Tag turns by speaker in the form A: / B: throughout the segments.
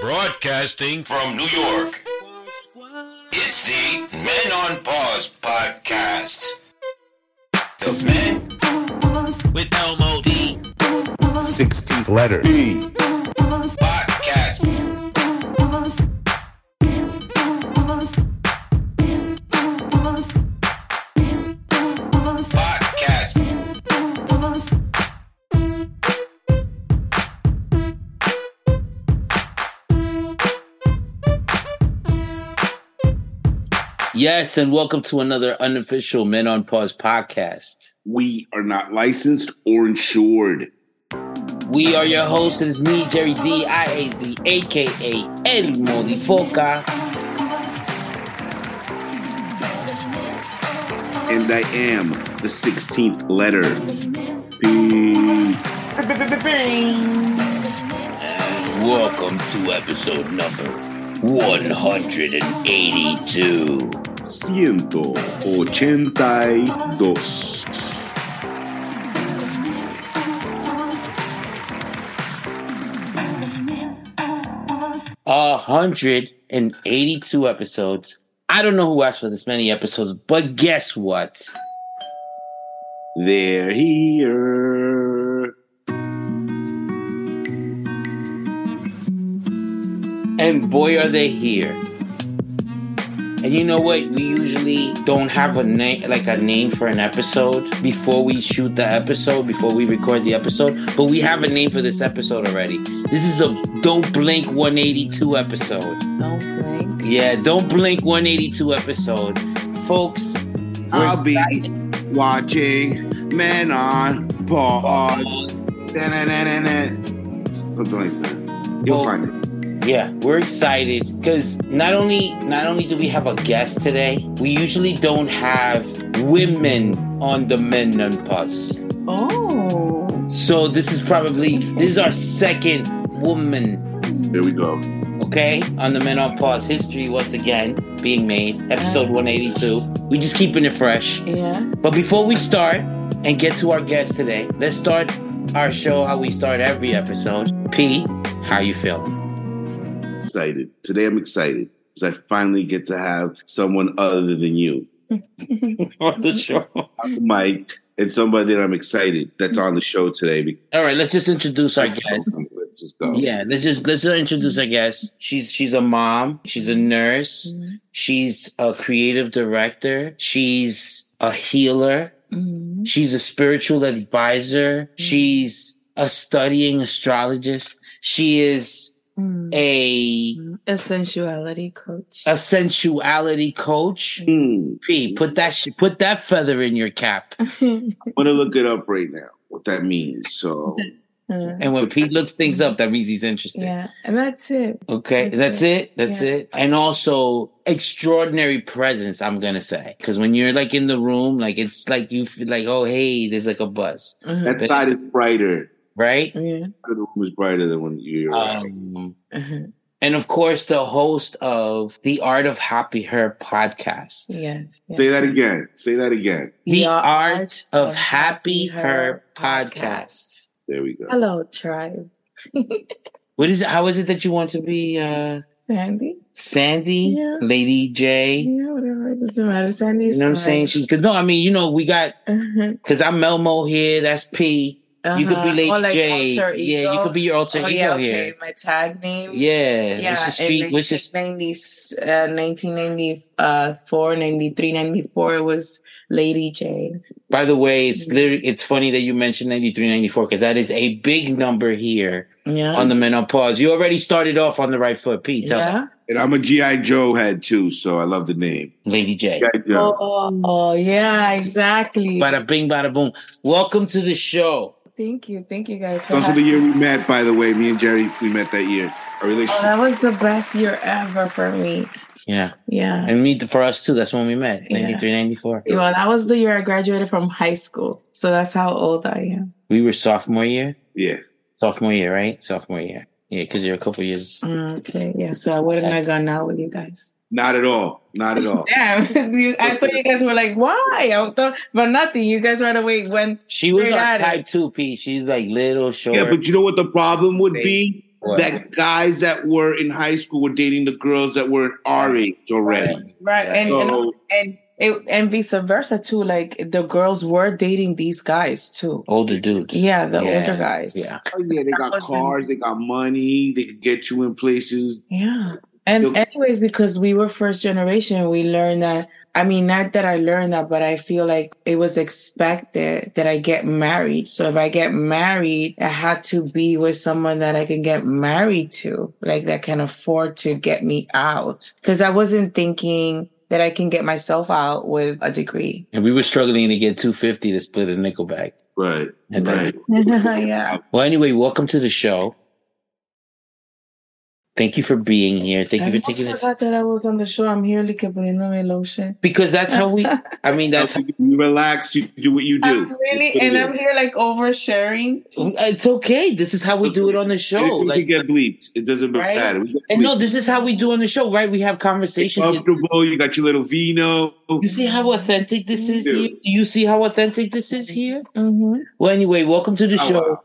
A: Broadcasting from New York, it's the Men on Pause podcast. The Men
B: with Elmo D.
C: 16th letter. B.
A: Podcast. Podcast.
B: Yes, and welcome to another unofficial Men on Pause podcast.
C: We are not licensed or insured.
B: We are your hosts. It is me, Jerry D. I A Z, aka El Modifoca.
C: And I am the 16th letter. B.
B: And welcome to episode number 182.
C: Ciento ochenta y dos.
B: A 182 episodes. I don't know who asked for this many episodes, but guess what?
C: They're here.
B: And boy, are they here. And you know what? We usually don't have a name, like a name for an episode before we shoot the episode, before we record the episode. But we have a name for this episode already. This is a Don't Blink 182 episode.
D: Don't blink.
B: Yeah, Don't Blink 182 episode. Folks,
C: I'll be watching Men on Pause. Da-na-na-na-na. Something like that.
B: Well,
C: You'll find it.
B: Yeah, we're excited because not only not only do we have a guest today, we usually don't have women on the men and pus.
D: Oh.
B: So this is probably this is our second woman,
C: There we go.
B: okay, on the men on pause history once again being made, episode 182. We just keeping it fresh.
D: Yeah.
B: But before we start and get to our guest today, let's start our show how we start every episode. P, how you feeling?
C: excited. Today I'm excited because I finally get to have someone other than you
B: on the show.
C: on the mic and somebody that I'm excited that's on the show today. Because
B: All right, let's just introduce our guest.
C: Let's just go.
B: Yeah, let's just let's just introduce our guest. She's she's a mom. She's a nurse. She's a creative director. She's a healer.
D: Mhm.
B: She's a spiritual advisor. She's a studying astrologist. She is
D: Mhm.
B: a
D: A sensuality coach.
B: a sensuality coach.
C: Hmm,
B: P, put that sh- put that feather in your cap.
C: I'm gonna look it up right now. What that means. So
D: Uh,
B: And when Pete looks things up, that means he's interested.
D: yeah. And that's it.
B: Okay,
D: That's
B: that's it. That's
D: Yeah.
B: it. And also extraordinary presence, I'm gonna say, because when you're like in the room, like it's like you feel like, oh hey, there's like a buzz,
D: Mhm.
C: that side is brighter.
B: right?
D: yeah.
C: The room is brighter than when you're. around.
B: Um,
D: Mhm.
B: and of course, the host of the Art of Happy Her podcast,
D: Yes. yes.
C: Say that again. Say that again.
B: the Art, of, Happy Her podcast.
C: There we go.
D: Hello, tribe.
B: What is it? How is it that you want to be, uh,
D: Sandy.
B: Sandy,
D: Yeah.
B: Lady J?
D: Yeah, whatever. It doesn't matter. Sandy.
B: You know what I'm saying? She's good. No, I mean, you know, we got because I'm Melmo here. That's P. You
D: Uh-huh.
B: could be Lady J. Yeah, you could be your alter
D: Oh,
B: ego
D: yeah, okay.
B: here.
D: My tag name.
B: Yeah,
D: Yeah,
B: yeah. What's your
D: in
B: street? What's your
D: 1990s, uh, 1994, 93, 94, it was Lady Jane.
B: By the way, it's
D: Mm-hmm.
B: literally it's funny that you mentioned 93, 94 because that is a big number here
D: Yeah.
B: on the menopause. You already started off on the right foot, P. Tell
D: Mm-hmm. yeah.
C: And I'm a GI Joe head too, so I love the name
B: Lady J.
C: GI Joe.
D: Oh, oh, yeah, exactly.
B: Bada bing, bada boom. Welcome to the show.
D: thank you. Thank you guys.
C: It's
D: For
C: also the
D: having-
C: year we met, by the way. Me and Jerry, we met that year. Our
D: oh,
C: relationship.
D: that was the best year ever for me.
B: Yeah,
D: Yeah.
B: and me for us too. That's when we met.
D: Yeah.
B: 93, 94.
D: Well, that was the year I graduated from high school. So that's how old I am.
B: We were sophomore year.
C: yeah.
B: Sophomore year, right? Sophomore year. Yeah, because you're a couple years.
D: Mm, Okay. Yeah. So I wouldn't have gone out with you guys.
C: Not at all. Not at all.
D: Damn. You, I thought you guys were like, why? I thought, but nothing. You guys right away went
B: She was
D: Straight
B: like
D: at it.
B: type two P. She's like little short.
C: Yeah, but you know what the problem would be?
B: Right.
C: that guys that were in high school were dating the girls that were in our age already.
D: Right. And
C: So-
D: and, and it, and vice versa too. Like the girls were dating these guys too.
B: older dudes.
D: Yeah, the
B: Yeah.
D: older guys.
B: Yeah.
C: Oh, yeah, they got
D: Thousand.
C: cars, they got money, they could get you in places.
D: Yeah. And
C: Yo-
D: anyways, because we were first generation, we learned that I mean not that I learned that, but I feel like it was expected that I get married. So if I get married, I had to be with someone that I can get married to, like that can afford to get me out. Because I wasn't thinking that I can get myself out with a degree.
B: And we were struggling to get 250 to split a nickel back.
C: Right.
B: And that's-
C: Right.
D: yeah.
B: Well, anyway, welcome to the show. Thank you for being here. Thank
D: I
B: you for
D: almost
B: taking the
D: forgot that I was on the show. I'm here like poniéndome lotion.
B: because that's how we. I mean, that's how,
C: you relax, you do what you do.
D: I'm really, and I'm here like oversharing.
B: it's okay. This is how we do it on the show.
C: Anything
B: Like,
C: could get bleeped. It doesn't
D: Right?
C: matter. We get
B: and no,
C: bleeped.
B: this is how we do on the show, right? We have conversations.
C: comfortable. You got your little vino.
B: You see how authentic this is here. Do you see how authentic this is here?
D: Mm-hmm.
B: Well, anyway, welcome to the
C: Oh,
B: show.
C: wow.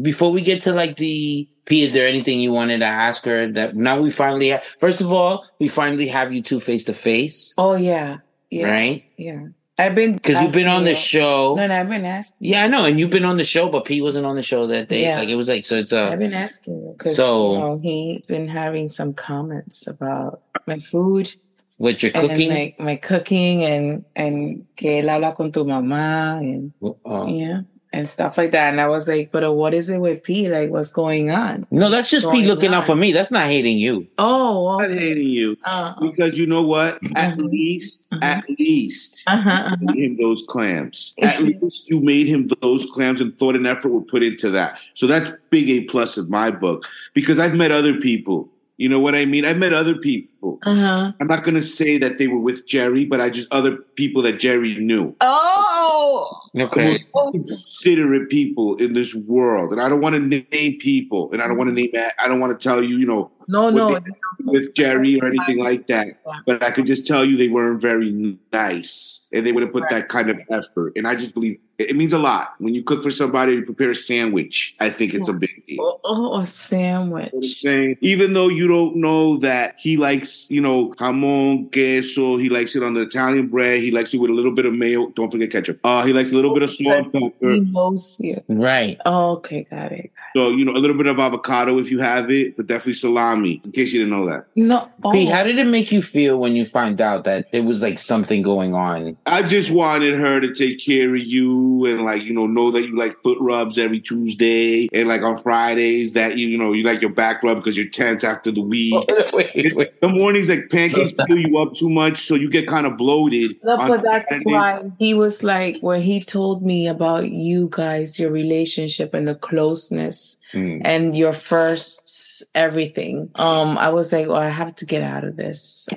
B: Before we get to like the P, is there anything you wanted to ask her that now we finally have? First of all, we finally have you two face to face,
D: Oh yeah, yeah,
B: right?
D: yeah. I've been
B: Because you've been on the
D: asking
B: show.
D: you. No, no, I've been asking.
B: Yeah, I know, and you've been on the show, but P wasn't on the show that day.
D: Yeah.
B: Like it was like so. It's
D: I've
B: uh,
D: been asking you because
B: So-
D: you know, he's been having some comments about my food
B: what you're
D: and
B: cooking.
D: my my cooking and and que él habla con tu mamá and
B: Uh,
D: yeah and stuff like that. And I was like, but what is it with P? Like, what's going on?
B: no, that's just P
D: Going
B: looking out
D: on.
B: for me. That's not hating you.
D: Oh,
C: I'm not
D: okay.
C: hating you
D: Uh,
C: because you know what? At
D: Mhm.
C: least,
D: Mhm.
C: at least,
D: uh-huh, uh-huh.
C: made him those clams. At least you made him those clams, and thought and effort were put into that. So that's big A plus in my book because I've met other people. You know what I mean? I've met other people.
D: Uh-huh.
C: I'm not going to say that they were with Jerry, but I just other people that Jerry knew.
D: Oh,
C: The
B: Okay.
C: most considerate people in this world, and I don't want to name people, and I don't want to name. I don't want to tell you, you know,
D: no,
C: Would
D: no,
C: with Jerry or anything like that. But I could just tell you they weren't very nice and they wouldn't put that kind of effort. And I just believe it, it means a lot. When you cook for somebody, you prepare a sandwich. I think it's a big deal.
D: Oh, oh, a
C: You know what I'm
D: sandwich.
C: saying? Even though you don't know that he likes, you know, jamon, queso, he likes it on the Italian bread, he likes it with a little bit of mayo. Don't forget ketchup. Uh, he likes a little bit of salt and pepper.
D: He loves you.
B: Right.
D: Oh, okay, got it.
C: So, you know, a little bit of avocado if you have it, but definitely salami, in case you didn't know that.
D: No. Oh.
B: P, how did it make you feel when you find out that there was like something going on?
C: I just wanted her to take care of you and like you know know that you like foot rubs every Tuesday and like on Fridays that you you know you like your back rub because you're tense after the week.
B: wait, wait.
C: The mornings like pancakes fill you up too much, so you get kind of bloated.
D: No,
C: on
D: but that's
C: Saturday.
D: why he was like when he told me about you guys, your relationship and the closeness
B: Hmm.
D: and your first everything. Um, I was like, oh, I have to get out of this.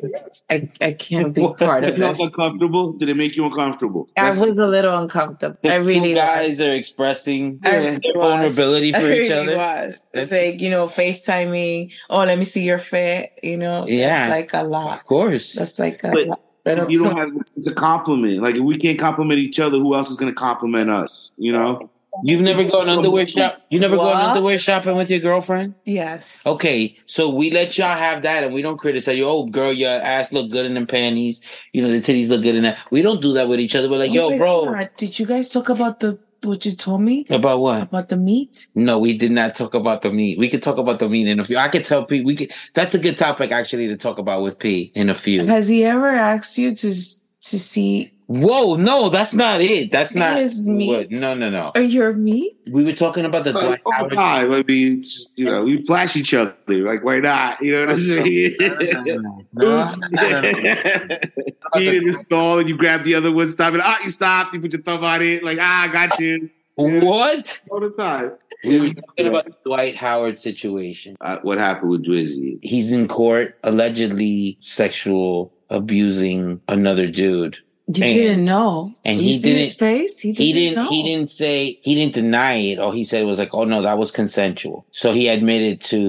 D: I, I can't be part
C: You
D: of
C: felt
D: this.
C: uncomfortable? Did it make you uncomfortable?
D: I
C: That's-
D: was a little uncomfortable.
B: The
D: I really
B: two guys
D: was.
B: are expressing
D: I
B: their
D: really was.
B: vulnerability
D: I
B: for each
D: really
B: other.
D: Was.
B: That's-
D: It's like, you know, FaceTiming, oh, let me see your fit, you know? that's
B: Yeah.
D: like a lot.
B: Of course.
D: That's like a
C: But
D: lot. That'll
C: you
D: take-
C: don't have. It's a compliment. Like if we can't compliment each other, who else is going to compliment us? You know.
B: You've never gone underwear shop. You never gone
D: What?
B: underwear shopping with your girlfriend.
D: yes.
B: Oh, Okay, so we let y'all have that, and we don't criticize you. Oh, girl, your ass look good in them panties. You know the titties look good in that. We don't do that with each other. We're like, yo,
D: Oh my
B: bro,
D: God, Did you guys talk about the what you told me
B: about what?
D: about the meat?
B: No, we did not talk about the meat. We could talk about the meat in a few. I could tell P. We could. That's a good topic actually to talk about with P in a few.
D: Has he ever asked you to s- to see
B: Whoa, no, that's not it. That's not
D: his meat
B: No, no, no.
D: or your meat?
B: We were talking about the
C: Like, oh
B: Dwight
C: all
B: Howard.
C: the time. I mean, it's- you know, we flash each other. Like why not? You know what I'm saying?
B: No,
C: Oops.
B: no, no, no.
C: Beat in the stall and you grab the other one, stop it. Ah, you stop. You put your thumb on it. Like, ah, I got you.
B: What?
C: All the time.
B: We were talking about the Dwight Howard situation.
C: Uh, what happened with Drizzy?
B: He's in court allegedly sexual abusing another dude.
D: You
B: And-
D: didn't know,
B: and
D: you
B: he
D: see his
B: didn't-
D: face. He didn't.
B: He didn't
D: know.
B: he didn't say he didn't deny it. All he said was like, "Oh no, that was consensual." So he admitted to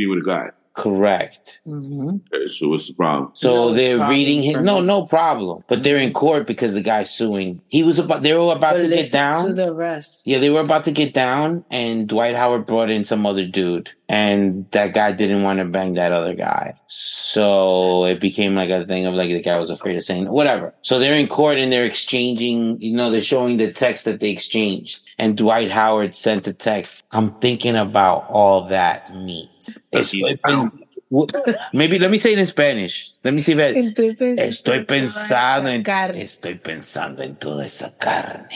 C: Be with a guy.
B: Correct.
D: hmm
C: So what's the problem?
B: So
D: No
B: they're
D: problem
B: reading
D: for
B: him. No,
D: me.
B: no problem. But they're in court because the guy's suing. He was about. They were about to get down.
D: to the rest.
B: yeah, they were about to get down, and Dwight Howard brought in some other dude, and that guy didn't want to bang that other guy. So it became like a thing of like the guy was afraid of saying whatever. So they're in court and they're exchanging. You know, they're showing the text that they exchanged, and Dwight Howard sent the text. I'm thinking about all that meat. It's,
C: Eat it
B: maybe let me say it in Spanish. Let me see if I.
D: Estoy pens-
B: Estoy pensando en
D: Sacar.
B: estoy pensando en toda esa carne.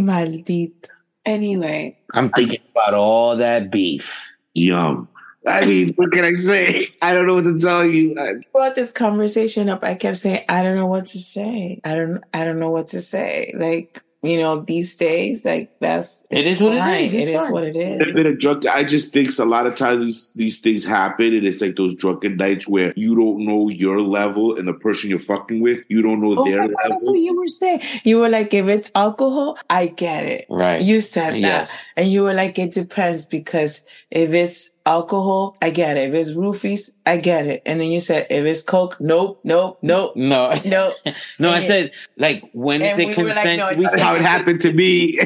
D: Maldito. Anyway,
B: I'm thinking about all that beef.
C: Yum. I mean, what can I say? I don't know what to tell you. I,
D: brought this conversation up. I kept saying, I don't know what to say. I don't. I don't know what to say. Like you know, these days, like that's
B: It
D: it's
B: is what it
D: fine.
B: is. It's
D: It is
B: fine.
D: what it
C: I've
D: is.
C: been a drunk. I just think a lot of times these, these things happen, and it's like those drunken nights where you don't know your level and the person you're fucking with, you don't know
D: Oh my
C: their
D: God, that's what
C: level.
D: you were saying. You were like, if it's alcohol, I get it.
B: Right.
D: You said that.
B: yes.
D: And you were like, it depends because if it's alcohol, I get it. If it's roofies, I get it. And then you said, if it's Coke, nope, nope, nope,
B: No.
D: nope.
B: No, I
D: Yeah.
B: said like when is
D: And
B: it
D: we were like,
B: consent?
D: no, it's
B: we
C: That's
B: said-
C: how it happened to me.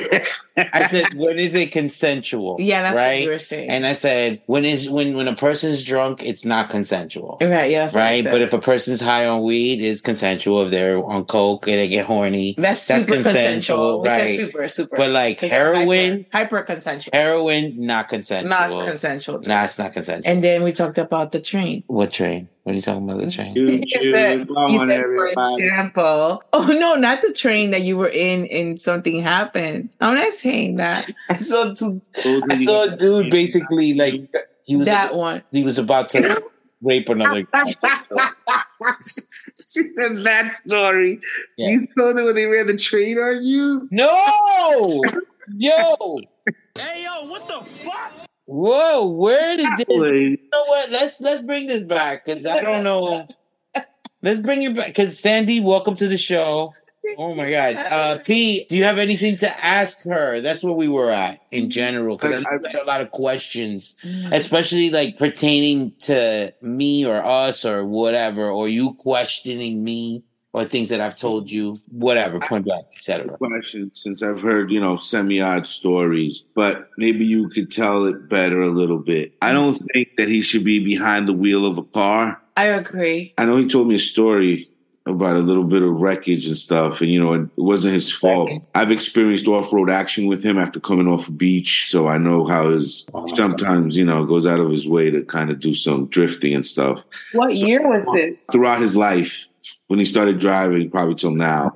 B: I said when is it consensual?
D: Yeah, that's
B: right.
D: what you were saying.
B: And I said when is when when a person's drunk, it's not consensual.
D: right, yeah, that's what I
B: Right,
D: said.
B: but if a person's high on weed, it's consensual. If they're on coke and they get horny,
D: that's super
B: that's consensual,
D: consensual. We
B: right.
D: said super, super.
B: but like
D: 'Cause they're
B: heroin,
D: hyper, hyper consensual,
B: heroin not consensual.
D: not consensual.
B: Nah, it's not consensual.
D: And then we talked about the train.
B: What train? What are you talking about? The train?
C: You
D: You
C: choose
D: said,
C: one,
D: you said, for
C: everybody.
D: example, oh no, not the train that you were in and something happened. I'm not saying that.
B: I saw, two, I saw a dude basically like he was
D: That one.
B: he was about to rape another guy.
C: she said that story.
B: Yeah.
C: You told her when they ran the train on you.
B: No, yo, hey yo, what the fuck? Whoa, where did this? You
C: Like,
B: know what? Let's let's bring this back because I don't know. Let's bring it back because Sandy, welcome to the show. Oh my god, uh, P, do you have anything to ask her? That's where we were at in general because I had a lot of questions
D: Mm-hmm.
B: especially like pertaining to me or us or whatever, or you questioning me or things that I've told you, whatever, point blank, etc.
C: questions since I've heard, you know, semi odd stories, but maybe you could tell it better a little bit. I don't think that he should be behind the wheel of a car.
D: I agree.
C: I know he told me a story about a little bit of wreckage and stuff, and you know, it wasn't his fault. I've experienced off road action with him after coming off a beach, so I know how his sometimes, you know, goes out of his way to kind of do some drifting and stuff.
D: What
C: So-
D: year was this?
C: Throughout his life, when he started driving, probably till now.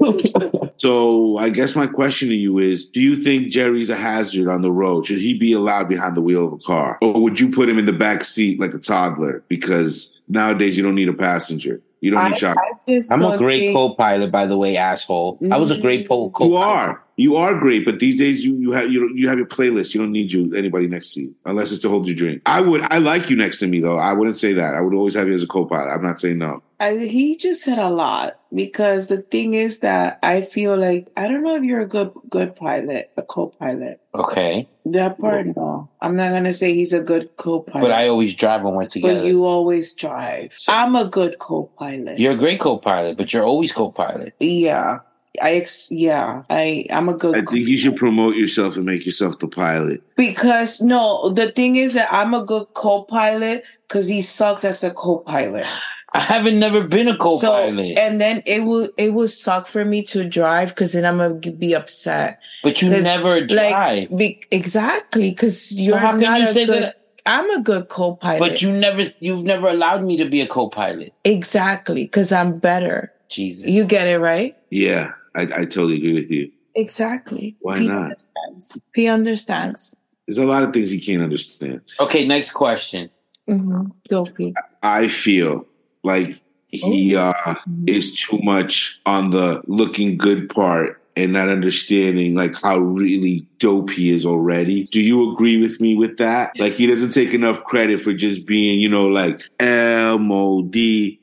C: So I guess my question to you is: Do you think Jerry's a hazard on the road? Should he be allowed behind the wheel of a car, or would you put him in the back seat like a toddler? Because nowadays you don't need a passenger. You don't
D: I-
C: need child.
D: I just
B: I'm a
D: don't
B: great
D: think-
B: co-pilot, by the way, asshole. I was a great
D: Mm-hmm.
B: po- co
C: You are. You are great, but these days you you have you don't- you have your playlist. You don't need you anybody next to you unless it's to hold your drink. I would. I like you next to me though. I wouldn't say that. I would always have you as a co-pilot. I'm not saying no.
D: I, he just said a lot because the thing is that I feel like I don't know if you're a good good pilot, a co-pilot.
B: Okay,
D: That part, no. I'm not gonna say he's a good co-pilot,
B: but I always drive when we're together.
D: but you always drive.
B: So-
D: I'm a good co-pilot.
B: You're a great co-pilot, but you're always co-pilot.
D: yeah, I ex- yeah, I I'm a good.
B: Uh,
C: I
D: co-
C: think you should promote yourself and make yourself the pilot.
D: Because no, the thing is that I'm a good co-pilot because he sucks as a co-pilot.
B: I haven't never been a co-pilot,
D: So eh, and then it will it will suck for me to drive because then I'm gonna g- be upset.
B: but you
D: 'cause,
B: never
D: like,
B: drive.
D: Be- exactly because you're
B: so how
D: not
B: can you
D: a
B: say
D: good,
B: that?
D: I'm a good co-pilot.
B: But you never, you've never allowed me to be a co-pilot.
D: exactly because I'm better.
B: Jesus,
D: You get it right.
C: Yeah, I, I totally agree with you.
D: Exactly.
C: Why
D: he
C: not?
D: Understands. He understands.
C: There's a lot of things he can't understand.
B: okay. Next question.
D: hmm Go P.
C: I feel like he
D: Oh.
C: uh, is too much on the looking good part and not understanding like how really dope he is already. Do you agree with me with that? Like he doesn't take enough credit for just being, you know, uh, like M O D.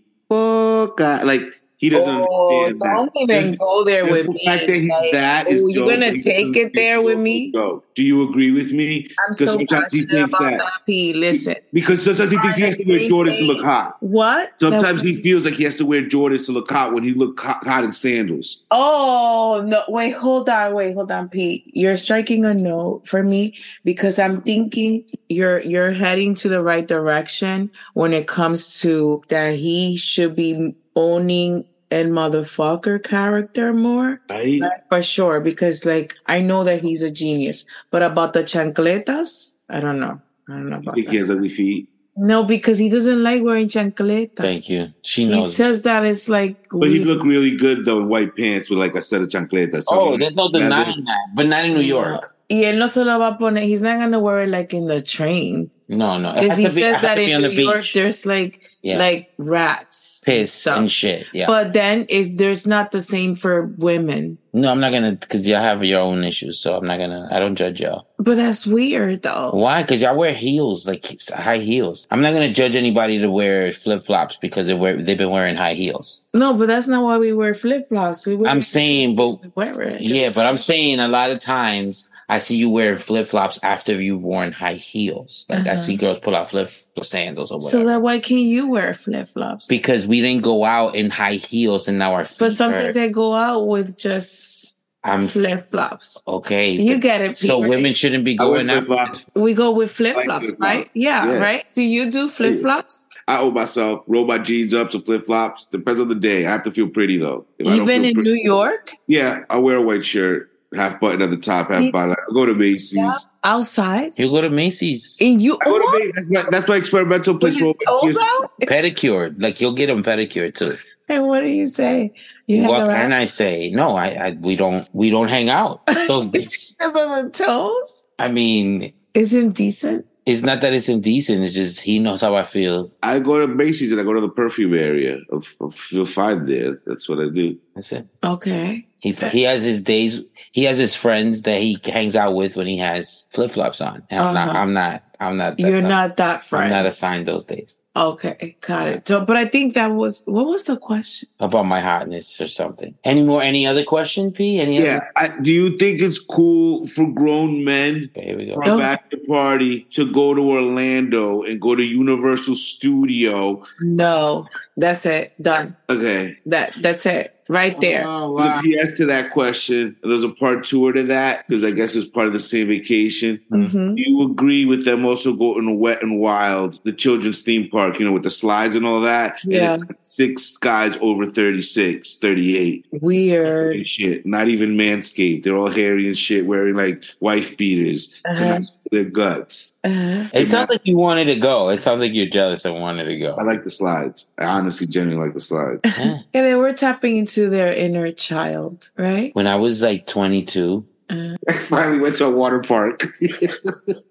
C: Like He doesn't
D: Oh,
C: understand that.
D: don't even
C: Just-
D: go there
C: just
D: with
C: the
D: me.
C: fact that he's
D: Like,
C: that
D: oh,
C: is
D: you
C: dope,
D: gonna
C: but he
D: take
C: doesn't
D: it there with me?
C: Dope. Do you agree with me?
D: I'm
C: 'Cause
D: so
C: sometimes he
D: passionate
C: thinks
D: about
C: that.
D: that. P. Listen,
C: Because sometimes he thinks he has to wear Jordans to look hot.
D: what?
C: Sometimes
D: That-
C: he feels like he has to wear Jordans to look hot when he look hot, hot in sandals.
D: Oh no! Wait, hold on, wait, hold on, Pete. You're striking a note for me because I'm thinking you're you're heading to the right direction when it comes to that he should be owning and motherfucker character more.
C: Right?
D: Like, for sure, because like I know that he's a genius, but about the chancletas, I don't know. I don't know
C: You
D: about
C: think he
D: that.
C: has ugly feet.
D: No, because he doesn't like wearing chancletas.
B: Thank you. She
D: He
B: knows.
D: says that it's like
C: But he
D: we-
C: look really good though in white pants with like a set of chancletas. So
B: Oh, there's no
C: Now they-
B: denying that, but not in New York.
D: Y él no se lo va a poner. He's not gonna wear it like in the train
B: No, no. It
D: because
B: has
D: he
B: to be, it
D: says
B: has
D: that
B: to be
D: in
B: on
D: New
B: the
D: York
B: beach.
D: there's like
B: Yeah.
D: like rats,
B: Piss
D: stuff.
B: and shit. Yeah.
D: But then is there's not the same for women.
B: no, I'm not gonna because y'all have your own issues, so I'm not gonna. I don't judge y'all.
D: But that's weird though.
B: Why? Because y'all wear heels, like s- high heels. I'm not gonna judge anybody to wear flip flops because they wear they've been wearing high heels.
D: No, but that's not why we wear flip flops. We wear
B: I'm saying, but
D: we wear it.
B: yeah, but I'm saying a lot of times I see you wearing flip flops after you've worn high heels. Like I
D: Uh-huh.
B: see girls pull out flip sandals or whatever.
D: so that why can't you wear flip flops?
B: because we didn't go out in high heels and now our feet
D: but sometimes
B: hurt.
D: they go out with just
B: I'm s-
D: flip flops.
B: okay.
D: You
B: but-
D: get it. Pete,
B: so
D: right?
B: women shouldn't be
C: I wear
B: going
C: flip
B: out.
C: flops.
D: we go with flip
C: Like
D: flops,
C: flip-flop.
D: right? Yeah,
C: Yeah.
D: right. Do you do flip flops?
C: I owe myself. Roll my jeans up, some flip flops. Depends on the day. I have to feel pretty though. If I don't
D: Even
C: feel
D: in
C: pre-
D: New York,
C: yeah, I wear a white shirt, half button at the top, half
D: Yeah.
C: bottom. I go to Macy's.
D: outside,
B: You go to Macy's.
D: in you,
C: I go to
D: What?
C: Macy's. That's my, that's my experimental
D: With
C: place.
D: his
C: where all my kids-
D: toes out.
B: Pedicured, like you'll get them pedicured too.
D: And what do you say? You hang
B: what can
D: around
B: I say? No, I, I we don't we don't hang out. So it's-
D: because of her toes.
B: I mean,
D: Isn't decent.
B: it's not that it's indecent. It's just he knows how I feel.
C: I go to Macy's and I go to the perfume area. I f- I feel fine there. That's what I do.
B: That's it.
D: Okay.
B: He he has his days. He has his friends that he hangs out with when he has flip flops on. And I'm not.
D: Uh-huh.
B: I'm not. I'm not. that's
D: You're not that
B: I'm not
D: friend.
B: assigned those days
D: okay, got it. So, but I think that was what was the question?
B: about my hotness or something. Any more? Any other question, P? Any?
C: Yeah. I, do you think it's cool for grown men
B: Other? Okay, here we go.
C: from after party to go to Orlando and go to Universal Studio?
D: No, that's it. Done.
C: Okay.
D: That that's it. Right there.
B: Oh,
C: There's
B: wow.
C: a PS to that question. There's a part tour to that because I guess it's part of the same vacation.
D: hmm
C: Do you agree with them also going wet and wild, the children's theme park, you know, with the slides and all that?
D: Yeah.
C: And it's six guys over 36, 38
D: Weird.
C: and shit. Not even manscaped. They're all hairy and shit, wearing like wife beaters to
D: Uh-huh.
C: match their guts.
D: Uh,
B: It sounds like you wanted to go. It sounds like you're jealous and wanted to go.
C: I like the slides. I honestly genuinely like the slides.
B: Yeah.
D: yeah, they were tapping into their inner child, right?
B: When I was like 22,
D: Uh,
C: I finally went to a water park.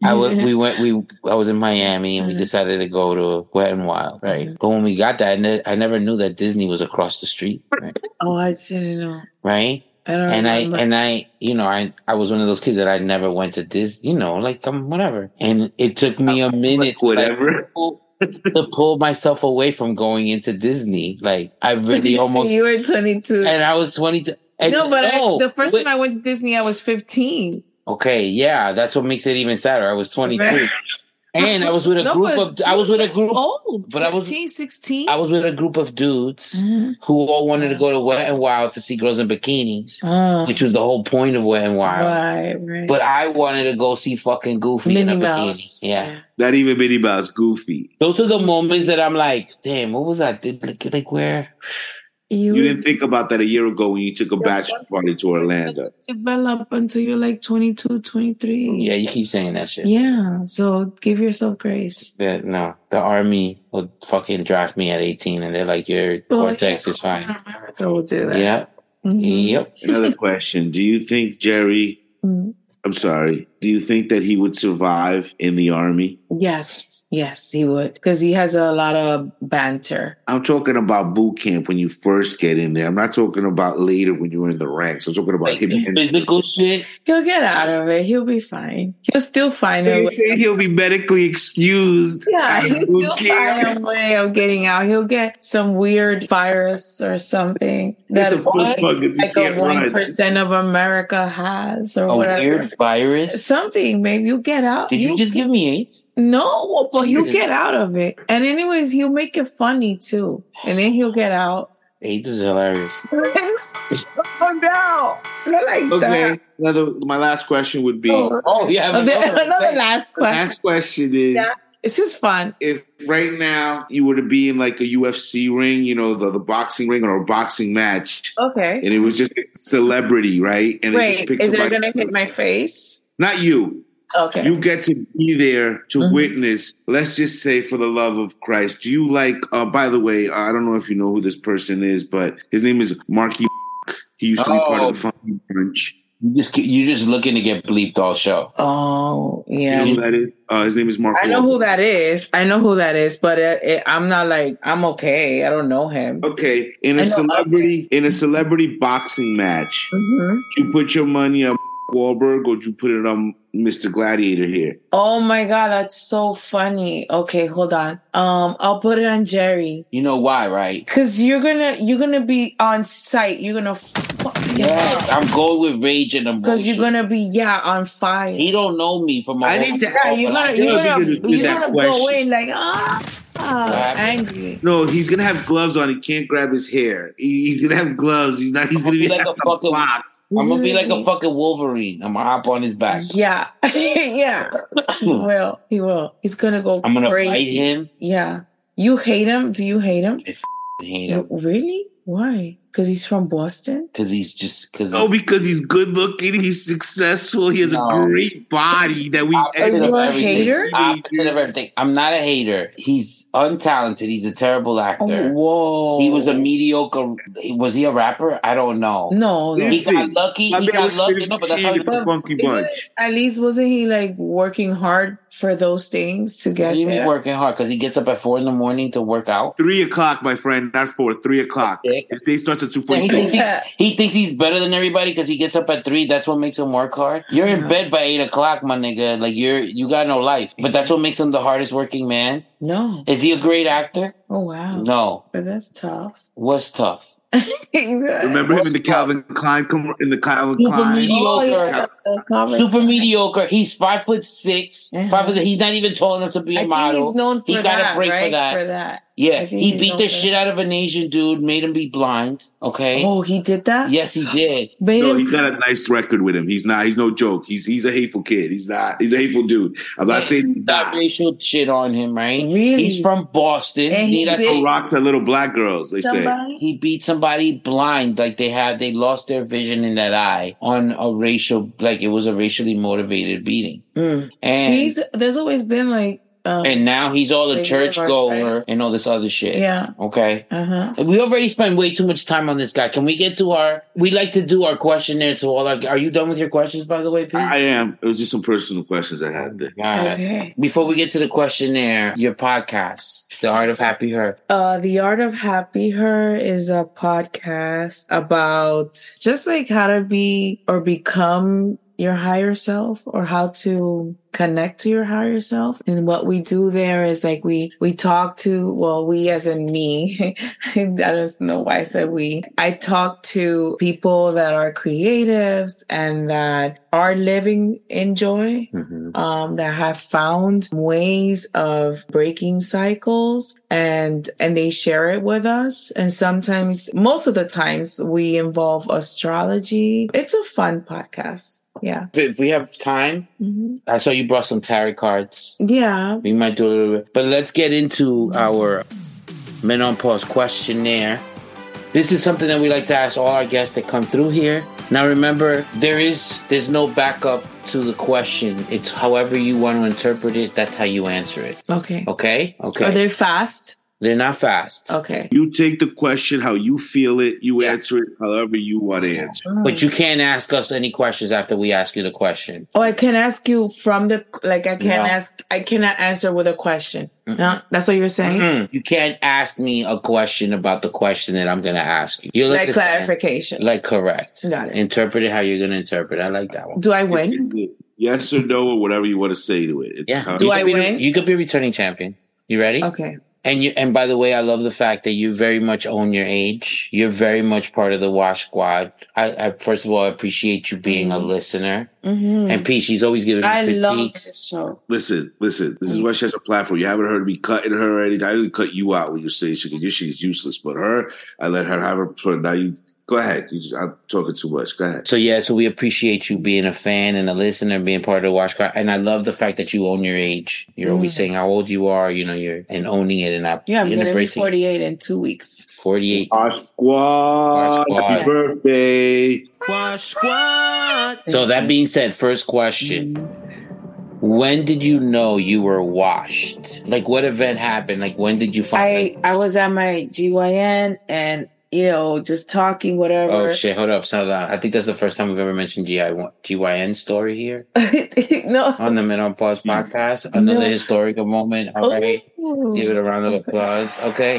B: I was we went we I was in Miami and we
D: Mhm.
B: decided to go to Wet and Wild, right?
D: Mhm.
B: But when we got there, I, ne- I never knew that Disney was across the street, right?
D: oh, I didn't know.
B: right?
D: I don't
B: And I
D: remember.
B: and I you know I I was one of those kids that I never went to Disney, you know, like um whatever. And it took me a minute, to, like,
C: Whatever.
B: pull- to pull myself away from going into Disney. Like I really almost
D: you were 22.
B: and I was 22. And
D: no, but
B: no,
D: I, the first
B: wait-
D: time I went to Disney, I was 15.
B: Okay, yeah, that's what makes it even sadder. I was 22, and I was with a
D: No,
B: group
D: but
B: of I was with a
D: that's
B: group
D: old,
B: but I was-
D: 15, 16.
B: I was with a group of dudes
D: Mhm.
B: who all wanted to go to Wet and Wild to see girls in bikinis,
D: Oh,
B: which was the whole point of Wet and Wild.
D: right, right.
B: But I wanted to go see fucking Goofy
D: Minnie
B: in a
D: Mouse.
B: bikini. Yeah.
C: Not even Minnie Mouse, Goofy.
B: those are the moments that I'm like, damn, what was I did like, like where?
D: You,
C: You didn't
D: Mm.
C: think about that a year ago when you took a
D: Yeah,
C: bachelor
D: what-
C: party to Orlando.
D: develop until you're like 22, 23.
B: Yeah, you keep saying that shit.
D: Yeah. So give yourself grace.
B: Yeah, no, the army will fucking draft me at 18, and they're like, your
D: Oh,
B: cortex is fine.
D: America will do that.
B: Yep,
D: Mhm.
B: yep.
C: Another question. Do you think Jerry,
D: Mhm.
C: I'm sorry, Do you think that he would survive in the army?
D: Yes, yes, he would because he has a lot of banter.
C: I'm talking about boot camp when you first get in there. I'm not talking about later when you're in the ranks. I'm talking about
B: Like
C: him. in-
B: physical shit.
D: He'll get out of it. He'll be fine. He'll still find a
C: They
D: way.
C: say he'll be medically excused.
D: Yeah,
C: out of
D: he'll
C: boot
D: still
C: camp.
D: find a way of getting out. He'll get some weird virus or something that
C: It's a
D: only,
C: motherfuckers, you
D: like a
C: can't
D: one
C: run.
D: percent of America has or
B: A
D: whatever.
B: weird virus.
D: Something, babe. You get out.
B: Did you just give me AIDS?
D: No, but you
B: Jesus.
D: get out of it. And anyways, he'll make it funny too. And then he'll get out.
B: AIDS is hilarious.
D: oh no. Not like
C: Okay.
D: that.
C: Another. My last question would be.
D: Oh,
B: Oh yeah.
D: okay, Another last question.
C: Last question is.
D: Yeah. This is fun.
C: if right now you were to be in like a UFC ring, you know, the, the boxing ring or a boxing match,
D: Okay.
C: and it was just a celebrity, right? And
D: Wait,
C: pick
D: is it
C: somebody-
D: gonna hit my face?
C: Not you.
D: Okay.
C: You get to be there to
B: Mm-hmm.
D: Mhm.
C: witness. Let's just say, for the love of Christ, do you like? Uh, by the way, I don't know if you know who this person is, but his name is Marky. He used to be part
B: Oh.
C: of the Funky Bunch.
B: You just you're just looking to get bleeped all show.
D: oh yeah.
C: You know who that is? Uh, his name is Mark.
D: I know
C: Wahlberg.
D: who that is. I know who that is, but it, it, I'm not like I'm okay. I don't know him.
C: Okay, in
D: I
C: a
D: know-
C: celebrity in a celebrity boxing match,
D: Mhm.
B: Mm-hmm.
C: you put your money on Wahlberg or do you put it on Mr. Gladiator here?
D: Oh my god, that's so funny. Okay, hold on. Um, I'll put it on Jerry.
B: You know why, right?
D: Cause you're gonna you're gonna be on site. You're gonna fuck him
B: Yes,
D: up.
B: I'm going with rage and emotion.
D: Cause you're gonna be yeah on fire.
B: He don't know me from. a
C: oh, I
B: whole-
C: need to-
D: yeah, you're
B: but I
D: gonna
B: feel
D: you're
C: like
D: gonna,
C: you're gonna do
D: you're
C: that
D: gonna go
C: question.
D: in like ah, ah
B: Right.
D: angry.
C: No, he's gonna have gloves on. He can't grab his hair. He- He's gonna have gloves. He's not. He's
B: I'm gonna
C: gonna
B: be
C: be
B: like
C: like
B: a fucking-
C: box.
B: I'm gonna be like a fucking Wolverine. I'm gonna hop on his back.
D: Mm-hmm. Yeah, yeah. He will. He will. He's gonna go.
B: I'm gonna
D: crazy.
B: fight him.
D: Yeah. You hate him? Do you hate him?
B: and Hate him
D: Really? Why? Because he's from Boston?
B: because he's just because.
C: Oh, because he's good looking. He's successful. He has
B: No.
C: a great body that we.
B: Opposite
D: Are
B: of
D: you a
B: everything.
D: hater?
B: Opposite of everything. I'm not a hater. He's untalented. He's a terrible
D: Oh,
B: actor.
D: whoa.
B: He was a mediocre. Was he a rapper? I don't know.
D: No, no.
B: He got
C: Listen,
B: lucky.
C: My
B: He
C: man
B: got
C: was
B: lucky. No, but that's how he.
C: 15 with the funky
D: Isn't
C: bunch.
D: it- at least wasn't he like working hard for those things to
B: What
D: get
B: do you mean
D: there?
B: working hard? Because he gets up at four in the morning to work out.
C: Three o'clock, my friend. Not four. Three o'clock.
B: Dick.
C: His day starts at two
B: And
C: forty
B: He
C: six.
B: thinks, he's,
D: Yeah.
B: he thinks he's better than everybody because he gets up at three. That's what makes him work hard. You're in
D: Yeah.
B: bed by eight o'clock, my nigga. Like you're you got no life. But that's what makes him the hardest working man.
D: No.
B: Is he a great actor?
D: Oh wow.
B: No.
D: But that's tough.
B: What's tough?
C: Remember him in the Calvin Klein com- in the Calvin
B: Super
C: Klein.
B: mediocre.
D: Oh, yeah, the cover.
B: Super mediocre. He's five foot 6
D: Uh-huh.
B: Five foot. He's not even tall enough to be a
D: I think
B: model.
D: he's known for
B: He got a
D: that,
B: break for
D: right?
B: that.
D: For that.
B: yeah,
D: I think
B: he
D: he's
B: beat
D: known
B: the
D: for
B: shit out of an Asian dude, made him be blind. Okay.
D: Oh, he did that?
B: Yes, he did.
D: Made
C: No,
D: him-
C: he's got a nice record with him. He's not. He's no joke. He's he's a hateful kid. He's not. He's a hateful dude. I'm not saying he's
B: That
C: not.
B: racial shit on him, right?
D: Really?
B: He's from Boston.
D: And he
B: Need us-
D: did-
C: Rocks at little black girls. They say.
D: somebody?
B: He beat somebody blind, like they had they lost their vision in that eye on a racial, like it was a racially motivated beating.
D: Mm.
B: And
D: he's there's always been like um,
B: and now he's all a
D: They
B: church
D: live
B: goer and all this other shit.
D: yeah
B: Okay.
D: uh-huh
B: We already spent way too much time on this guy. Can we get to our? We like to do our questionnaire to all our. Are you done with your questions, by the way, Pete?
C: I am. It was just some personal questions I had there.
B: all right.
D: okay
B: Before we get to the questionnaire, your podcast, The Art of Happy Her.
D: uh the art of happy her is a podcast about just like how to be or become your higher self or how to connect to your higher self and what we do there is like we we talk to well we as in me i don't know why i said we i talk to people that are creatives and that are living in joy um, that have found ways of breaking cycles and and they share it with us and sometimes most of the times we involve astrology it's a fun podcast yeah
B: If we have time,
D: Mhm.
B: I saw you brought some tarot cards.
D: yeah
B: We might do a little bit, but let's get into our men on pause questionnaire. This is something that we like to ask all our guests that come through here. Now, remember, there is there's no backup to the question. It's however you want to interpret it. That's how you answer it.
D: okay
B: Okay.
D: are
B: Okay.
D: they fast
B: They're not fast.
D: Okay.
C: You take the question how you feel it. You
B: Yeah.
C: answer it however you want to answer.
B: But you can't ask us any questions after we ask you the question.
D: Oh, I can ask you from the like. I can't
B: No.
D: ask. I cannot answer with a question. No, that's what you're saying.
B: Mm-mm. Hmm. You can't ask me a question about the question that I'm going to ask you. You'll
D: Like
B: understand.
D: clarification.
B: Like correct.
D: Got it.
B: Interpret it how you're going to interpret. I like that one.
D: Do I
B: Mm-hmm.
D: win?
C: Yes or no, or whatever you want to say to it. It's
B: Yeah.
C: how
B: You
D: Do
B: could
D: I
B: be the-
D: win?
B: you could be returning champion. You ready?
D: Okay.
B: And you and by the way, I love the fact that you very much own your age. You're very much part of the Wash Squad. I, I first of all I appreciate you being a listener.
D: hmm
B: And P, she's always giving me
D: I
B: critique.
D: love this show.
C: Listen, listen. This is
B: Mm.
C: why she has a platform. You haven't heard me cutting her or anything. I didn't cut you out when you say she your she's useless. But her, I let her have her. so Now you go ahead. You just, I'm talking too much. Go ahead.
B: So yeah, so we appreciate you being a fan and a listener, being part of the Watch Squad. And I love the fact that you own your age. You're always saying how old you are, you know, you're and owning it and I
D: Mm-hmm. Yeah, I'm gonna be
B: embracing it.
D: 48 in two weeks.
B: 48.
C: Our squad.
B: Our squad.
C: Happy birthday.
B: So that being said, first question.
D: Mm-hmm.
B: When did you know you were washed? Like what event happened? Like when did you find
D: I I was at my GYN and you know just talking whatever.
B: Oh shit! Hold up, hold on. I think that's the first time we've ever mentioned GI GYN story here
D: no.
B: on the Men on Pause podcast. Another
D: No. Oh.
B: historical moment. All right, give it a round of applause. Okay,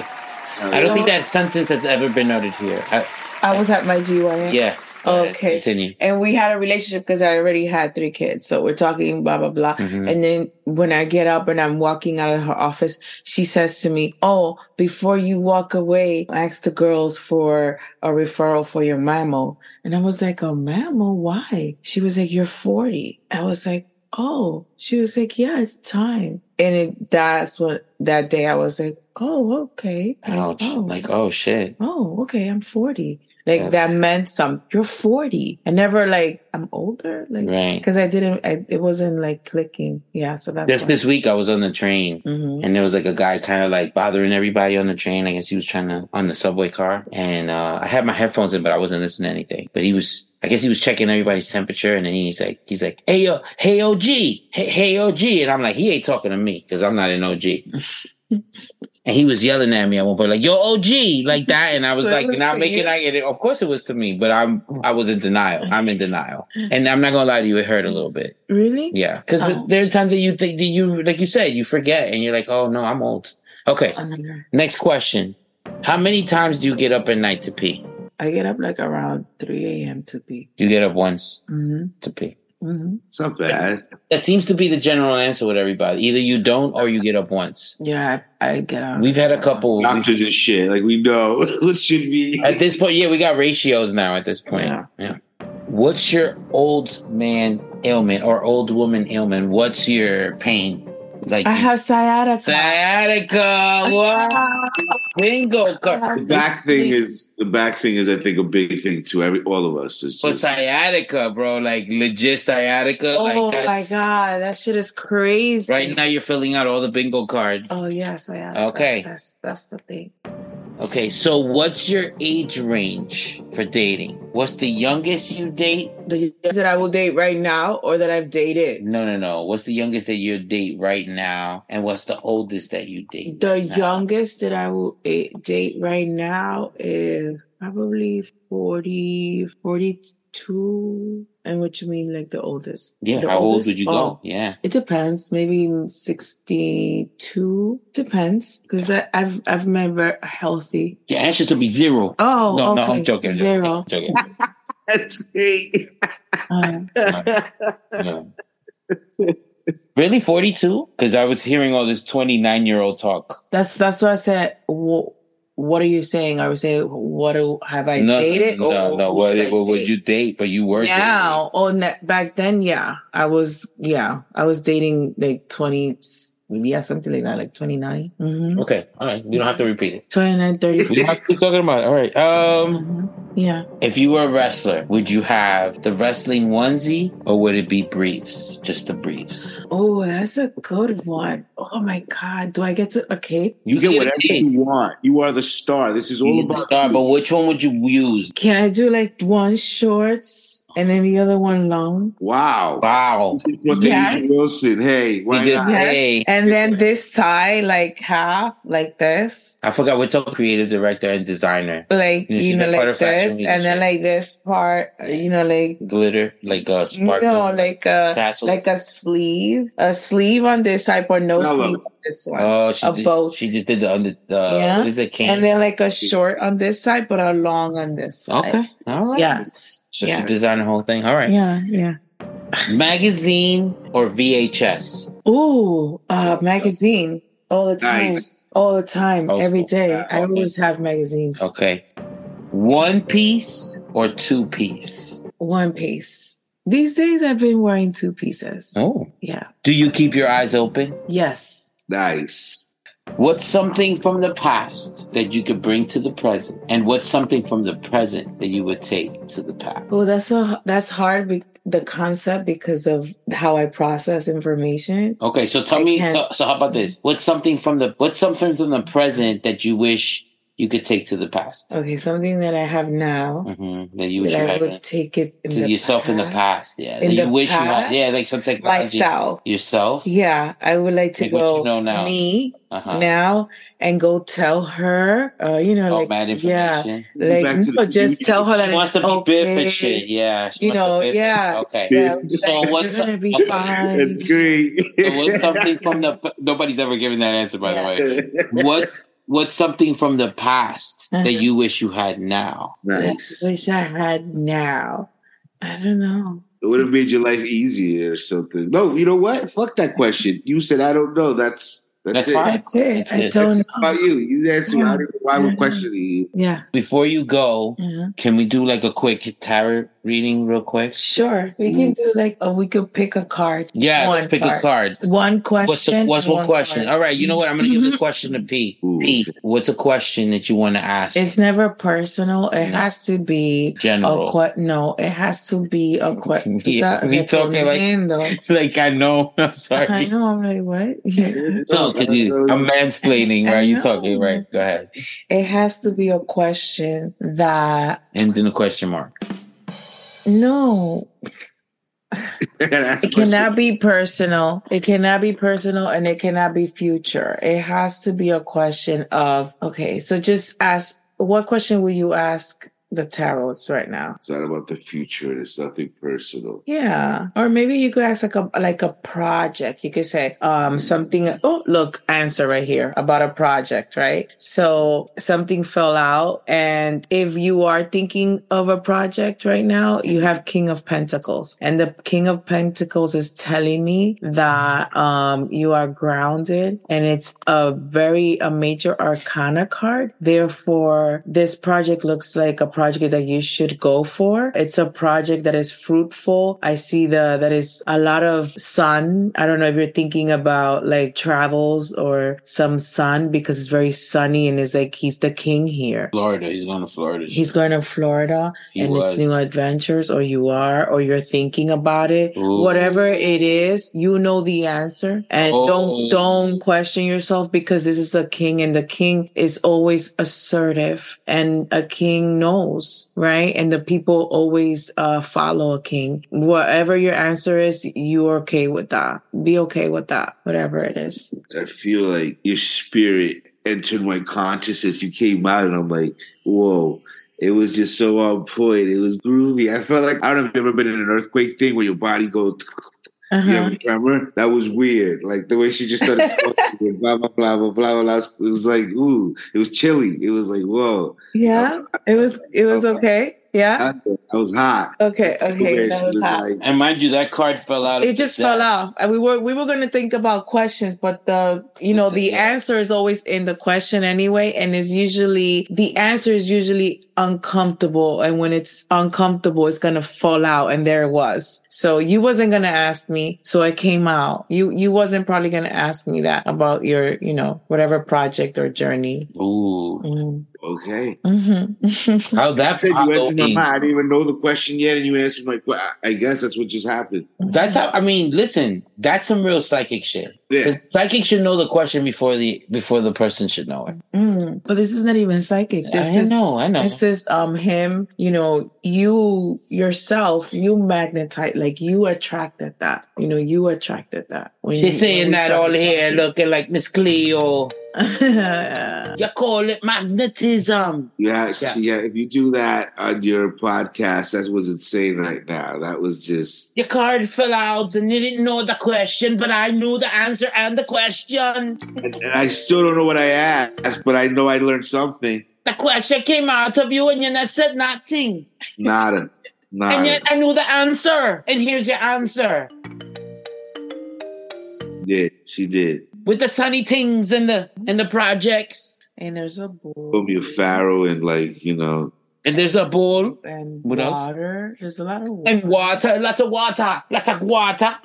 B: I don't think that sentence has ever been uttered here. I,
D: I was at my GYN.
B: yes. Go ahead.
D: Okay.
B: Continue.
D: and we had a relationship because I already had three kids. So we're talking blah blah blah.
B: Mhm.
D: And then when I get up and I'm walking out of her office, she says to me, "Oh, before you walk away, ask the girls for a referral for your mammo." And I was like, "A mammo? Why?" She was like, "You're 40." I was like, "Oh." She was like, "Yeah, it's time." And it, that's what that day I was like, "Oh, okay." Like,
B: Ouch.
D: oh
B: Like oh shit.
D: oh, okay, I'm 40. Like
B: Yeah.
D: that meant something. You're 40. I never like I'm older. Like
B: Right.
D: because I didn't I, it wasn't like clicking. Yeah, so that's
B: Just this week, I was on the train.
D: hmm
B: And there was like a guy kind of like bothering everybody on the train. I guess he was trying to on the subway car. And uh, I had my headphones in, but I wasn't listening to anything. But he was, I guess he was checking everybody's temperature. And then he's like, he's like, hey yo, hey OG, hey, hey OG. And I'm like, he ain't talking to me because I'm not an OG. and he was yelling at me at one point, like yo OG, like that. And I was
D: So it
B: like,
D: was
B: you're not
D: to
B: making
D: you?
B: like it. Of course it was to me, but I'm, I was in denial. I'm in denial. And I'm not gonna lie to you, it hurt a little bit.
D: Really?
B: Yeah, because
D: Oh.
B: there are times that you think that you, like you said, you forget, and you're like, "Oh no, I'm old." Okay,
D: Um,
B: next question: How many times do you get up at night to pee?
D: I get up like around 3 a.m. to pee.
B: You get up once
D: hmm
B: to pee.
D: hmm
C: It's not bad.
B: That seems to be the general answer with everybody. Either you don't, or you get up once.
D: Yeah, I, I get up.
B: We've had a couple. we-
C: Doctors and shit. Like we know it should be.
B: at this point, yeah, we got ratios now. At this point,
D: Yeah.
B: yeah. What's your old man ailment or old woman ailment? What's your pain? Like
D: I have sciatica.
B: sciatica. Wow, bingo
D: I
B: card.
D: have
C: The back thing
D: sciatica.
C: is the back thing is I think a big thing to every all of us. It's
B: For
C: just-
B: sciatica, bro, like legit sciatica.
D: Oh
B: like
D: my
B: that's-
D: god, that shit is crazy.
B: Right now, you're filling out all the bingo card.
D: Oh yeah, sciatica.
B: Okay.
D: That's that's the thing.
B: Okay, so what's your age range for dating? What's the youngest you date?
D: The guys that I will date right now or that I've dated.
B: No, no, no. What's the youngest that you date right now? And what's the oldest that you date?
D: The
B: now?
D: youngest that I will eh, date right now is probably 40, 42. And what you mean, like the oldest?
B: Yeah,
D: The
B: how old
D: oldest?
B: would you
D: Oh,
B: go? Yeah.
D: It depends. Maybe 62. Depends. Because I've, I've met very healthy.
B: Your answer should be zero.
D: Oh,
B: no,
D: okay.
B: no, I'm joking. I'm joking,
D: Zero.
B: Joking.
C: That's great.
D: Uh,
B: No. really, 42? Because I was hearing all this 29 year old talk.
D: that's, that's what I said. Wh- What are you saying? I would say, what do, have I dated?
B: No, no.
D: or who
B: What,
D: should I
B: what would
D: date?
B: you date? But you were dating.
D: now or ne- Oh, back then yeah i was yeah i was dating like 20 yeah something like that like 29 mm-hmm.
B: Okay, all right. We don't have to repeat it.
D: 29 30
B: We don't have to keep talking about it. All right. Um,
D: Mm-hmm. Yeah.
B: If you were a wrestler, would you have the wrestling onesie or would it be briefs? Just the briefs.
D: Oh, that's a good one. Oh my God. Do I get to a cape?
C: You get
B: Yeah,
C: whatever
B: hey.
C: you want. You are the star. This is all
B: You're the
C: about
B: star, but which one would you use?
D: Can I do like one shorts and then the other one long?
C: wow.
B: Wow.
C: This is what
D: Yes.
C: they use Wilson. Hey, why
B: He just-
C: not?
B: Hey.
D: And then this side, like half, like this.
B: I forgot we're talking creative director and designer.
D: Like,
B: You
D: you,
B: should
D: know,
B: be part
D: like
B: of fashion
D: this. And then
B: leadership.
D: like this part, uh, you know, like
B: Glitter, like a sparkle.
D: No, like uh, a
B: Tassels.
D: like a sleeve, a sleeve on this side, but no
C: No, look.
D: sleeve on this one,
B: oh, she
D: a
B: did,
D: boat.
B: She just did the under the
D: Yeah.
B: what is it can?
D: and then like a short on this side, but a long on this side.
B: okay. All right.
D: Yes.
B: So she
D: yes.
B: designed the whole thing. All right.
D: Yeah. Yeah.
B: Magazine or VHS?
D: Ooh, uh, magazine all the time,
C: Nice.
D: all the time,
B: Oh,
D: every day.
B: yeah,
D: I
B: okay.
D: always have magazines.
B: Okay. One piece or two piece?
D: One piece. These days, I've been wearing two pieces.
B: Oh.
D: Yeah.
B: Do you keep your eyes open?
D: Yes.
C: Nice.
B: What's something from the past that you could bring to the present? And what's something from the present that you would take to the past?
D: Well, that's so that's hard. Be- the concept because of how I process information.
B: Okay, so tell
D: I
B: me.
D: can't-
B: tell- so how about this? What's something from the What's something from the present that you wish you could take to the past?
D: Okay, something that I have now
B: hmm That you wish you
D: Uh, that I
B: had
D: would take it in
B: to
D: the
B: yourself in the past. Yeah,
D: In
B: that you
D: the
B: wish you had.
D: past?
B: Yeah, like some technology
D: myself.
B: yourself.
D: Yeah, I would like to
B: Like what
D: go
B: you know now.
D: me
B: Uh-huh.
D: now and go tell her, uh, you know,
B: All
D: like
B: Oh, bad
D: yeah,
B: information.
C: Back
D: like
C: to the
D: no, just
C: future.
D: tell her that
B: She wants to
D: it's
B: be big
D: okay.
B: for shit. Yeah, she
D: You
B: wants to
D: know,
B: biff it.
D: yeah.
B: Okay.
D: Yeah,
B: So
D: like,
B: what's-
D: you're gonna be
B: okay.
D: fine.
C: That's great.
B: So what's something from the nobody's ever given that answer by
D: Yeah.
B: the way what's what's something from the past
D: Uh-huh.
B: that you wish you had now
C: nice.
D: Wish I had now. I don't know.
C: It would have made your life easier or something. No, you know what? Fuck that question. You said I don't know. That's
B: That's
C: that's, it.
B: fine.
D: That's it. I
B: That's it.
D: don't know.
C: About you, you answer. I don't know why
D: Yeah.
C: we're questioning you.
D: Yeah.
B: before you go
D: Mhm.
B: can we do like a quick tarot reading real quick
D: Sure. We
B: Mm-hmm.
D: can do like oh, we could pick a card.
B: yeah let's pick a card
D: One
B: What's the,
D: question.
B: what's
D: and Mm-hmm.
B: one question?
D: card.
B: All right, you know what? I'm gonna give the question to P.
C: Ooh.
B: P. What's a question that you want to ask?
D: It's never personal. It
B: No.
D: has to be
B: General.
D: A que- no, it has to be a question.
B: We- we talking like- like I know. I'm sorry.
D: I know. I'm like, what? Yeah.
B: No, because you. I'm mansplaining.
D: I
B: Right? You
D: know.
B: talking? Right? Go ahead.
D: It has to be a question that
B: Ends in a question mark.
D: no, it cannot be personal. It cannot be personal, and it cannot be future. It has to be a question of okay. So just ask. What question will you ask the tarots right now?
C: It's not about the future. It's nothing personal.
D: Yeah. Or maybe you could ask like a like a project. You could say um something oh look, answer right here about a project, right? So something fell out and if you are thinking of a project right now, you have King of Pentacles. And the King of Pentacles is telling me that um you are grounded and it's a very a major arcana card. Therefore, this project looks like a project that you should go for. It's a project that is fruitful. I see the that is a lot of sun. I don't know if you're thinking about like travels or some sun because it's very sunny and it's like he's the king here.
B: Florida. He's going to Florida.
D: He's going to Florida
B: He
D: and
B: was.
D: it's new adventures, or you are, or you're thinking about it.
B: Ooh.
D: Whatever it is, you know the answer, and
B: Oh.
D: don't don't question yourself because this is a king, and the king is always assertive, and a king knows, right? And the people always uh, follow a king. Whatever your answer is, you're okay with that. Be okay with that, whatever it is.
C: I feel like your spirit entered my consciousness. You came out, and I'm like, whoa. It was just so on point. It was groovy. I felt like I don't know if you've ever been in an earthquake thing where your body goes.
D: Uh-huh.
C: You have a tremor? That was weird. Like the way she just started talking, with blah blah blah blah blah blah. It was like, ooh, it was chilly. It was like, whoa.
D: Yeah, it was it was
C: Okay.
D: okay. Yeah.
C: I, I was hot.
D: Uh-huh. Okay. Okay.
C: Where
D: That
C: she
D: was hot.
C: like,
B: and mind you, that card fell out.
D: it just fell out and we were we were going to think about questions but the you know the
B: Yeah.
D: answer is always in the question anyway and it's usually the answer is usually uncomfortable and when it's uncomfortable it's going to fall out and there it was so you wasn't going to ask me so it came out you you wasn't probably going to ask me that about your you know whatever project or journey
B: Ooh.
D: Mm.
C: oh okay.
D: Mm-hmm.
B: How Oh, that
C: said you answered my
B: following?
C: mind. I didn't even know the question yet, and you answered my question. I guess that's what just happened.
B: That's how. I mean, listen. That's some real psychic shit.
C: Yeah.
B: 'Cause Psychic should know the question before the before the person should know it.
D: Mm. But this is not even psychic. This
B: I
D: is
B: know. I know.
D: This is um him, you know, you yourself, you magnetize like you attracted that. You know, you attracted that. When
B: They're
D: you-
B: saying
D: when we
B: that all
D: started
B: here, looking like Miss Cleo.
D: talking.
B: You call it magnetism.
C: Yeah, sh-
B: Yeah.
C: yeah. If you do that on your podcast, that's what's insane right now. That was just
B: Your card fell out and you didn't know the question, but I knew the answer and the question.
C: and, and I still don't know what I asked, but I know I learned something.
B: The question came out of you and you not said nothing.
C: Nada.
B: And
C: Nada.
B: yet I knew the answer. And here's your answer.
C: She did. She did.
B: With the sunny things and the and the projects.
D: and there's a bull
C: Put me a pharaoh and like, you know,
B: And there's a bowl
D: and
B: What else?
D: water. There's a lot of water.
B: and water, lots of water, lots of water.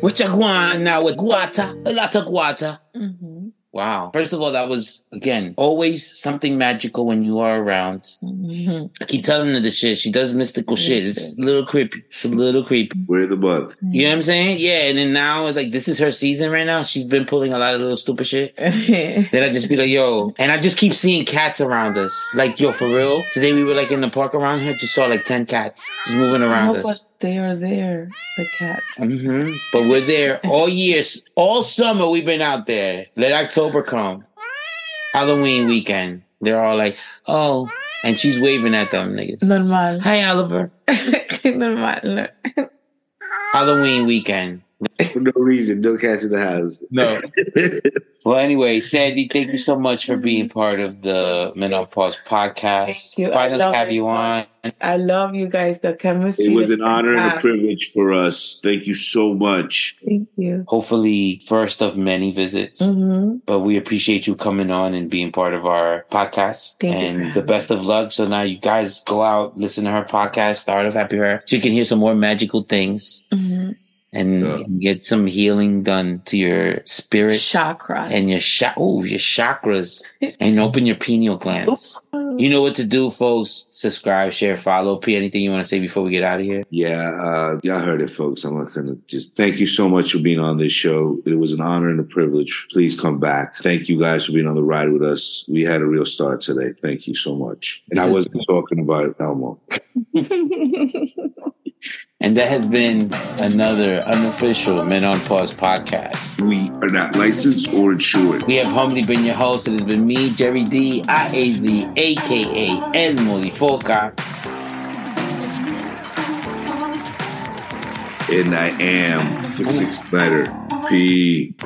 B: What you want now with water, lots of water.
D: hmm
B: Wow. First of all, that was, again, always something magical when you are around.
D: hmm
B: I keep telling her this shit. She does mystical shit. It's a little creepy. It's a little creepy.
C: we're the month.
B: You know what I'm saying? Yeah. And then now, like, this is her season right now. She's been pulling a lot of little stupid shit. Then I just be like, yo. And I just keep seeing cats around us. Like, yo, for real? Today we were, like, in the park around here. Just saw, like, 10 cats just moving around
D: No, but
B: us.
D: they are there, the cats.
B: hmm But we're there all years. All summer we've been out there. Let October come. Halloween weekend. They're all like, oh. And she's waving at them niggas.
D: Normal.
B: Hi, Oliver.
D: Normal.
B: Halloween weekend.
C: For no reason. No cats in the house.
B: No. well, anyway, Sandy, thank you so much for being part of the Menopause podcast.
D: Thank you. I
B: Finally
D: love
B: have
D: it
B: you
D: so
B: on.
D: I love you guys. The chemistry.
C: It was
D: is
C: an honor and a
D: fantastic.
C: privilege for us. Thank you so much.
D: Thank you.
B: Hopefully, first of many visits.
D: hmm
B: But we appreciate you coming on and being part of our podcast.
D: Thank you for
B: and the
D: having
B: best of luck. So now you guys go out, listen to her podcast, Start of Happy Her. So you can hear some more magical things
D: hmm
B: and
C: Yeah.
B: get some healing done to your spirit.
D: Chakras.
B: and your sha- ooh, your chakras and open your pineal glands. You know what to do, folks. Subscribe, share, follow. P, anything you want to say before we get out of here?
C: Yeah, uh, y'all heard it, folks. I'm not gonna just thank you so much for being on this show. It was an honor and a privilege. Please come back. Thank you guys for being on the ride with us. We had a real start today. Thank you so much. And I wasn't talking about Elmo.
B: And that has been another unofficial Men on Pause podcast.
C: We are not licensed or insured.
B: We have humbly been your hosts. It has been me, Jerry D, IAZ, aka El Molifoca.
C: And I am the sixth letter. P.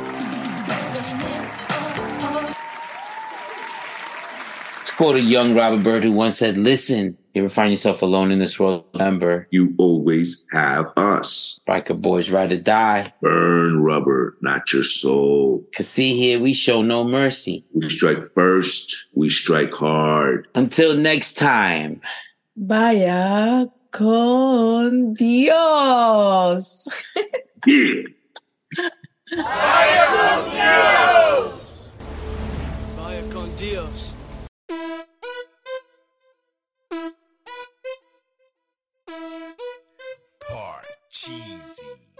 B: It's quote a young Robert Bird who once said, Listen, you ever find yourself alone in this world, remember,
C: You always have us.
B: Riker Boys Ride or Die.
C: Burn rubber, not your soul.
B: Cause see here, we show no mercy.
C: We strike first, we strike hard.
B: Until next time.
D: Vaya con Dios.
C: Yeah.
E: Vaya con Dios.
A: Part cheesy.